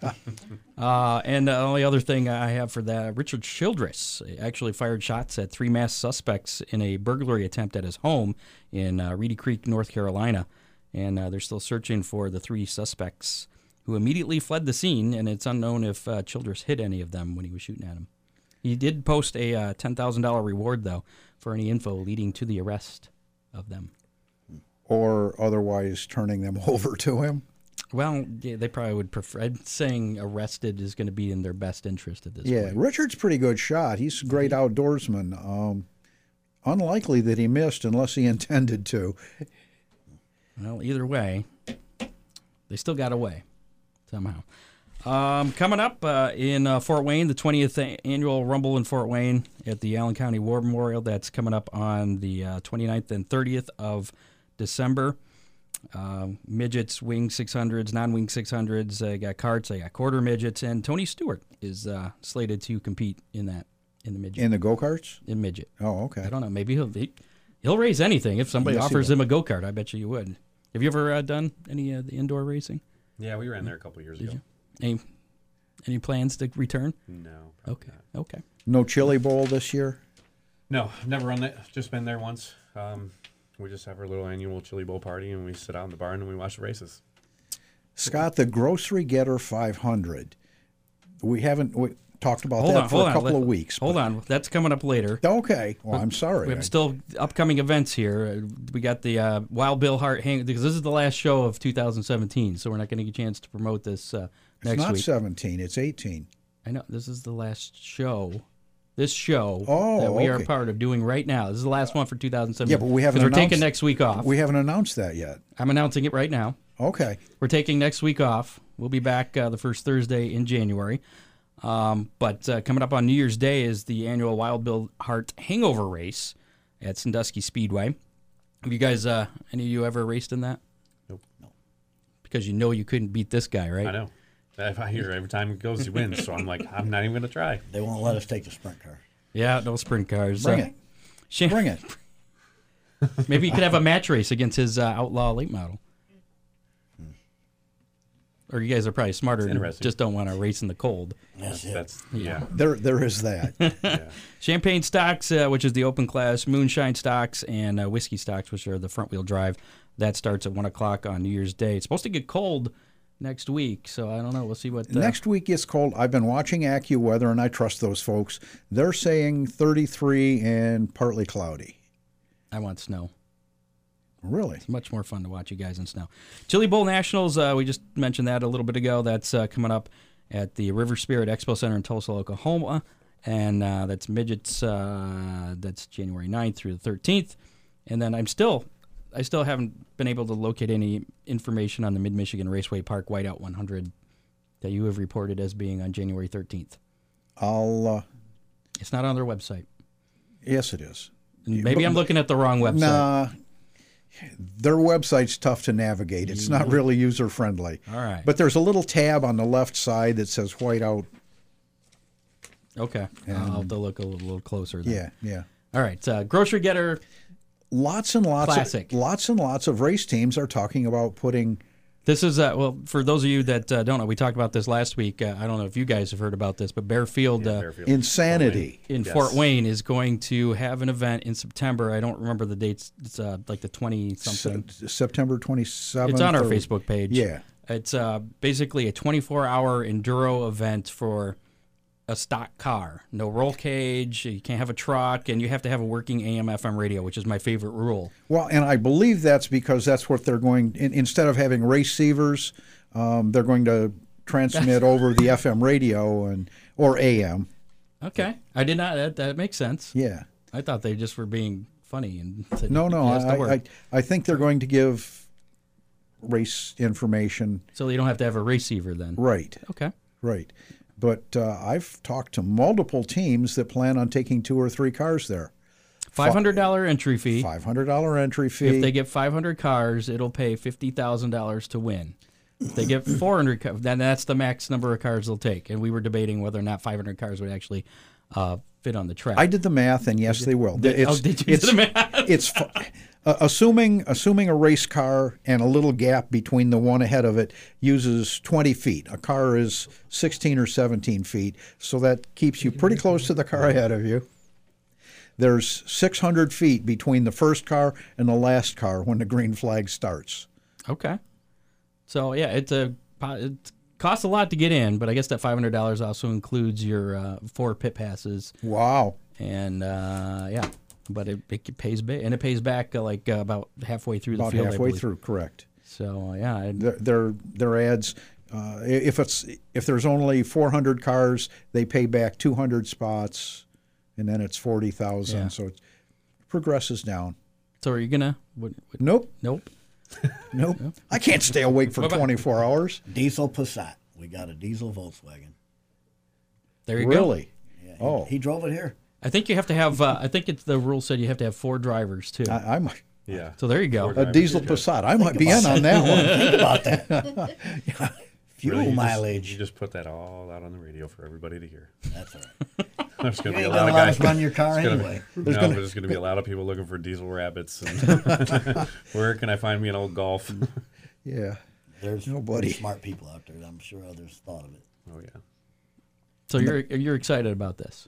B: Uh, and the only other thing I have for that, Richard Childress actually fired shots at three masked suspects in a burglary attempt at his home in uh, Reedy Creek, North Carolina, and uh, they're still searching for the three suspects who immediately fled the scene. And it's unknown if uh, Childress hit any of them when he was shooting at him. He did post a uh, ten thousand dollar reward though for any info leading to the arrest of them.
C: Or otherwise turning them over to him.
B: Well, yeah, they probably would prefer. I'm saying arrested is going to be in their best interest at this
C: Yeah,
B: point.
C: Richard's pretty good shot. He's a great outdoorsman. Um, unlikely that he missed unless he intended to.
B: Well, either way, they still got away somehow. Um, coming up uh, in uh, Fort Wayne, the 20th a- annual Rumble in Fort Wayne at the Allen County War Memorial. That's coming up on the uh, 29th and 30th of December. Um, midgets, wing 600s, non wing 600s. They got carts, they got quarter midgets, and Tony Stewart is uh, slated to compete in that in the midget.
C: In the go karts?
B: in midget.
C: Oh, okay.
B: I don't know. Maybe he'll he, he'll raise anything if somebody
C: Yes, he
B: offers
C: will.
B: him a go kart. I bet you you would. Have you ever uh, done any uh, the indoor racing?
E: Yeah, we
B: Mm-hmm.
E: ran there a couple years ago.
B: Any any plans to return?
C: Mm-hmm.
E: No. probably
B: Okay,
E: not.
B: okay.
C: No chili bowl this year?
E: No, I've never run that. Just been there once. Um, we just have our little annual chili bowl party, and we sit out in the barn and we watch the races.
C: Scott, the grocery getter 500. We haven't we talked about
B: Hold
C: that
B: on,
C: for
B: hold
C: a
B: on.
C: couple
B: Let-
C: of weeks.
B: Hold on, that's coming up later.
C: Okay. Well, I'm sorry.
B: We have still upcoming events here. Uh, We got the uh, Wild Bill Hart hang because this is the last show of 2017, so we're not going to get a chance to promote this uh,
C: it's
B: next
C: not
B: week.
C: 17, it's 18.
B: I know this is the last show. This show
C: Oh,
B: that we are
C: okay.
B: part of doing right now. This is the last one for 2017.
C: Yeah, but we haven't
B: 'Cause we're taking
C: announced-
B: next week off.
C: We haven't announced that yet.
B: I'm announcing it right now.
C: Okay.
B: We're taking next week off. We'll be back uh, the first Thursday in January. Um, but uh, coming up on New Year's Day is the annual Wild Bill Hart Hangover Race at Sandusky Speedway. Have you guys, uh, any of you ever raced in that?
E: Nope.
B: Because you know you couldn't beat this guy, right?
E: I know. If I hear every time he goes, he wins. So I'm like, I'm not even gonna try.
F: They won't let us take the sprint car.
B: Yeah, no sprint cars.
C: Bring
B: Uh,
C: it.
B: Shan-
C: Bring it.
B: Maybe you could have a match race against his uh, outlaw late model.
C: Hmm.
B: Or you guys are probably smarter and
E: interesting.
B: just don't want to race in the cold.
F: That's it.
E: That's yeah.
C: There, there is that.
B: Champagne stocks, uh, which is the open class, moonshine stocks, and uh, whiskey stocks, which are the front wheel drive. That starts at 1 o'clock on New Year's Day. It's supposed to get cold next week, so I don't know. We'll see what. Uh,
C: Next week it's cold. I've been watching AccuWeather, and I trust those folks. They're saying 33 and partly cloudy.
B: I want snow.
C: Really?
B: much more fun to watch you guys in snow. Chili Bowl Nationals, uh, we just mentioned that a little bit ago. That's uh, coming up at the River Spirit Expo Center in Tulsa, Oklahoma. And uh, that's midgets. Uh, that's January 9th through the 13th. And then I'm still, I still haven't been able to locate any information on the Mid Michigan Raceway Park Whiteout 100 that you have reported as being on January 13th.
C: I'll. Uh,
B: It's not on their website.
C: yes, it is.
B: And Maybe I'm looking at the wrong website.
C: Nah, their website's tough to navigate. It's not really user friendly.
B: All right.
C: But there's a little tab on the left side that says whiteout.
B: Okay. I'll have to look a little closer. Then.
C: Yeah, yeah.
B: All right. Uh, grocery getter
C: Lots and lots
B: Classic.
C: of lots and lots of race teams are talking about putting
B: This is uh, well for those of you that uh, don't know. We talked about this last week. Uh, I don't know if you guys have heard about this, but Bearfield uh,
E: Fairfield.
C: insanity.
B: in
E: Yes.
B: Fort Wayne is going to have an event in September. I don't remember the dates. It's uh, like the twenty something.
C: Se- uh, September 27th.
B: It's on our
C: or-
B: Facebook page.
C: Yeah.
B: it's uh, basically a twenty-four hour enduro event for a stock car. No roll cage. You can't have a truck, and you have to have a working AM/FM radio, which is my favorite rule.
C: Well, and I believe that's because that's what they're going. In, instead of having receivers, um, they're going to transmit over the FM radio and or AM.
B: Okay, I did not. That, that makes sense.
C: Yeah.
B: I thought they just were being funny and said,
C: No, no,
B: "Yes, the
C: I,
B: work."
C: I, I think they're going to give race information.
B: so they don't have to have a receiver then.
C: Right,
B: Okay.
C: right. But uh, I've talked to multiple teams that plan on taking two or three cars there.
B: Five hundred dollar entry fee.
C: Five hundred dollar entry fee.
B: If they get five hundred cars, it'll pay fifty thousand dollars to win. If they get four hundred, then that's the max number of cars they'll take. And we were debating whether or not five hundred cars would actually uh, fit on the track.
C: I did the math, and yes, they will.
B: oh, did you do
C: it's,
B: the math?
C: it's fi- uh, assuming assuming a race car and a little gap between the one ahead of it uses 20 feet. A car is 16 or 17 feet, so that keeps you pretty close to the car ahead of you. There's 600 feet between the first car and the last car when the green flag starts.
B: Okay. So yeah, it's a po- it costs a lot to get in, but I guess that five hundred dollars also includes your uh, four pit passes
C: Wow.
B: and uh, yeah. But it, it pays ba- and it pays back uh, like uh, about halfway through
C: About
B: the field. I
C: halfway
B: believe.
C: through, correct.
B: So uh, yeah, I-
C: their their, their ads. Uh, i- if it's if there's only 400 cars, they pay back 200 spots, and then it's 40,000.
B: Yeah.
C: So it progresses down.
B: so are you gonna? What, what,
C: Nope,
B: nope.
C: nope. I can't stay awake for 24 hours.
F: Diesel Passat. We got a diesel Volkswagen.
B: There you go.
C: Really?
F: Yeah, he-
C: Oh,
F: he drove it here.
B: I think you have to have. Uh, I think it's the rule said you have to have four drivers too.
C: I, I might.
E: Yeah.
B: so there you go.
C: A diesel Passat. I might be in on that one.
F: Think about that. Fuel
E: Really, you just-
F: mileage.
E: you just put that all out on the radio for everybody to hear.
F: That's all right.
E: There's going to be a
F: ain't
E: lot
F: gonna
E: of
F: let
E: guys
F: us run your car
E: It's gonna be-
F: anyway.
E: no, but there's going to be a lot of people looking for diesel rabbits. And where can I find me an old Golf? oh
C: Yeah.
F: There's
C: Nobody.
F: smart people out there. I'm sure others thought of it.
E: yeah.
B: So you're you're excited about this.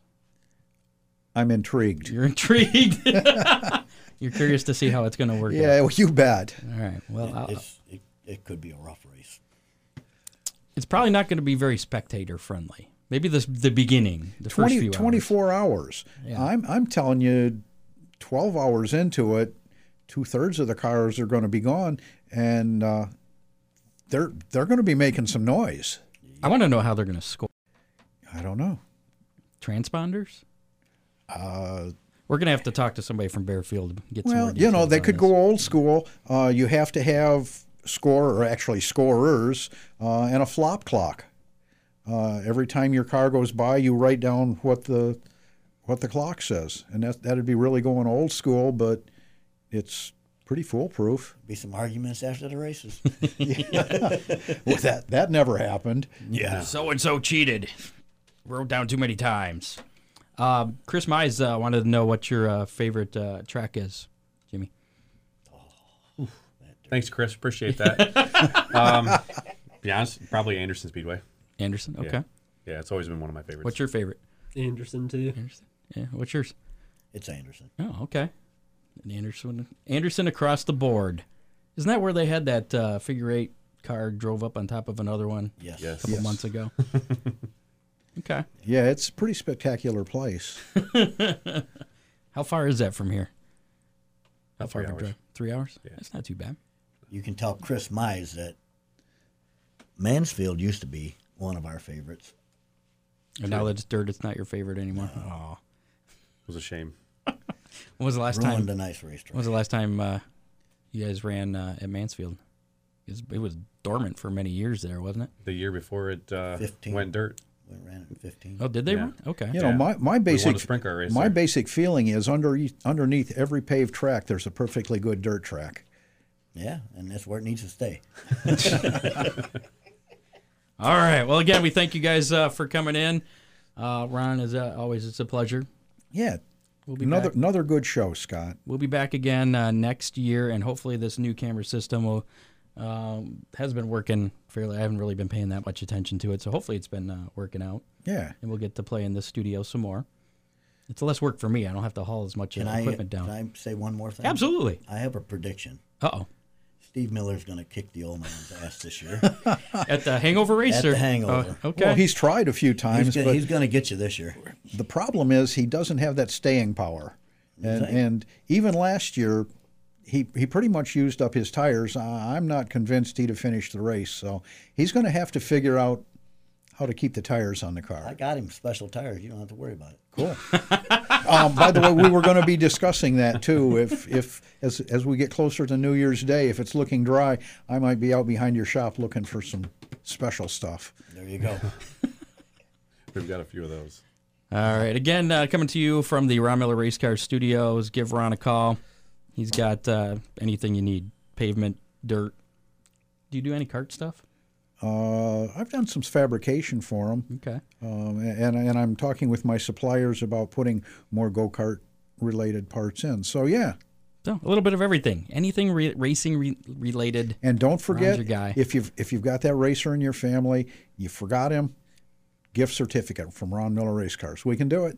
C: I'm intrigued.
B: You're intrigued. you're curious to see how it's going to work.
C: Yeah, well, you bet.
B: Out. All right. Well, I'll,
F: It's, it, it could be a rough race.
B: it's probably not going to be very spectator friendly. Maybe this the beginning, the first
C: 20,
B: few
C: 24 hours. I'm I'm telling you, 12 hours into it, two thirds of the cars are going to be gone, and uh, they're they're going to be making some noise.
B: hours. I want to know how they're going to score.
C: I don't know.
B: Transponders. Uh, We're going to have to talk to somebody from Bearfield. and Get some more
C: Well, you know
B: details
C: they
B: on
C: could
B: this.
C: go old school. Uh, you have to have scorer, or actually scorers, uh, and a flop clock. Uh, every time your car goes by, you write down what the what the clock says, and that that'd be really going old school, but it's pretty foolproof.
F: Be some arguments after the races.
C: Well, that that never happened.
F: yeah.
B: So and so cheated. Wrote down too many times. Uh, Chris Mize uh, wanted to know what your uh, favorite uh, track is, Jimmy.
E: Thanks, Chris. Appreciate that. um, be honest, probably Anderson Speedway.
B: Anderson. Okay.
E: Yeah. Yeah, it's always been one of my favorites.
B: What's your favorite?
D: Anderson too.
B: Anderson. Yeah. What's yours?
F: It's Anderson.
B: Oh, okay. And Anderson. Anderson across the board. Isn't that where they had that uh, figure eight car drove up on top of another one
F: Yes.
B: a
E: Yes.
B: couple months ago? okay.
C: Yeah, it's a pretty spectacular place.
B: How far is that from here? How far
E: three
B: of a
E: hours.
B: drive? Three hours. That's not too bad.
F: You can tell Chris Mize that Mansfield used to be one of our favorites.
B: And now that it's dirt, it's not your favorite anymore. Oh.
E: It was a shame.
B: When was the last time?
F: Ruined a nice
B: When was
F: racetrack.
B: the last time uh, you guys ran uh, at Mansfield? It was, it was dormant for many years there, wasn't it?
E: The year before it uh,
F: 15.
E: went dirt.
F: We ran in 15.
B: Oh, did they?
E: Yeah.
B: run? Okay.
C: You know,
E: Yeah.
C: my, my
E: We won
C: basic
E: a sprint car race
C: my
E: there.
C: basic feeling is under underneath every paved track, there's a perfectly good dirt track.
F: Yeah, and that's where it needs to stay.
B: All right. Well, again, we thank you guys uh, for coming in. Uh, Ron, as uh, always, it's a pleasure.
C: Yeah,
B: We'll be
C: another
B: back.
C: another good show, Scott.
B: We'll be back again uh, next year, and hopefully, this new camera system will um, has been working fairly. I haven't really been paying that much attention to it, so hopefully, it's been uh, working out,
C: Yeah,
B: and we'll get to play in the studio some more. It's less work for me. I don't have to haul as much
F: Can
B: uh,
F: I,
B: equipment
F: can
B: down.
F: I say one more thing?
B: Absolutely.
F: I have a prediction.
B: Uh oh.
F: Steve Miller's going to kick the old man's ass this year.
B: At the Hangover Race?
F: At the
B: or-
F: Hangover.
B: Oh, okay.
C: well, he's tried a few times,
F: he's gonna-
C: but
F: he's going to get you this year.
C: the problem is he doesn't have that staying power. And and even last year, he he pretty much used up his tires. I- I'm not convinced he'd have finished the race, so he's going to have to figure out how to keep the tires on the car.
F: I got him special tires. You don't have to worry about it.
C: Cool. um, by the way, we were going to be discussing that too. If if as as we get closer to New Year's Day, if it's looking dry, I might be out behind your shop looking for some special stuff.
F: There you go.
E: We've got a few of those.
B: All right. Again, uh, coming to you from the Ron Miller Race Car Studios. Give Ron a call. He's got uh, anything you need pavement, dirt. Do you do any cart stuff?
C: Uh, I've done some fabrication for them,
B: Okay.
C: um, and and I'm talking with my suppliers about putting more go kart related parts in. So yeah,
B: So a little bit of everything. Anything re- racing re- related.
C: and don't forget
B: your guy.
C: if you've if you've got that racer in your family, you forgot him. Gift certificate from Ron Miller Race Cars. We can do it.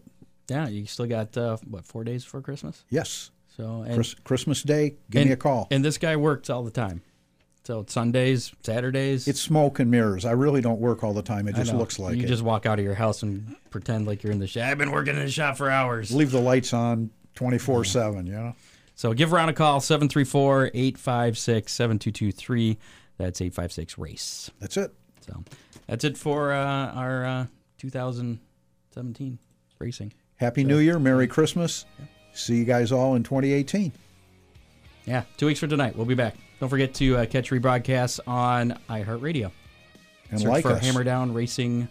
B: Yeah, you still got, uh, what, four days before Christmas?
C: Yes.
B: So and,
C: Chris, Christmas Day, give me
B: and-
C: a call.
B: And this guy works all the time. So it's Sundays, Saturdays.
C: It's smoke and mirrors. I really don't work all the time. It
B: I
C: just
B: know.
C: looks like
B: you
C: it.
B: just walk out of your house and pretend like you're in the shop. I've been working in the shop for hours.
C: leave the lights on 24 7, you know?
B: So give Ron a call 734-856-7223. That's 856 race.
C: That's it.
B: So that's it for uh, our uh, 2017 racing.
C: Happy New Year. Merry Christmas. See you guys all in 2018.
B: Yeah, 2 weeks from tonight we'll be back. Don't forget to uh, catch rebroadcasts on iHeartRadio.
C: And
B: Search
C: like
B: for
C: us.
B: Hammer Down Racing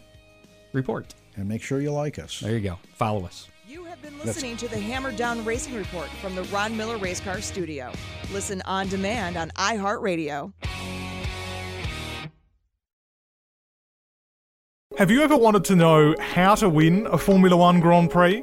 B: Report.
C: And make sure you like us.
B: There you go. Follow us.
A: You have been listening to the Hammer Down Racing Report from the Ron Miller Race Car Studio. Listen on demand on iHeartRadio.
G: Have you ever wanted to know how to win a Formula One Grand Prix?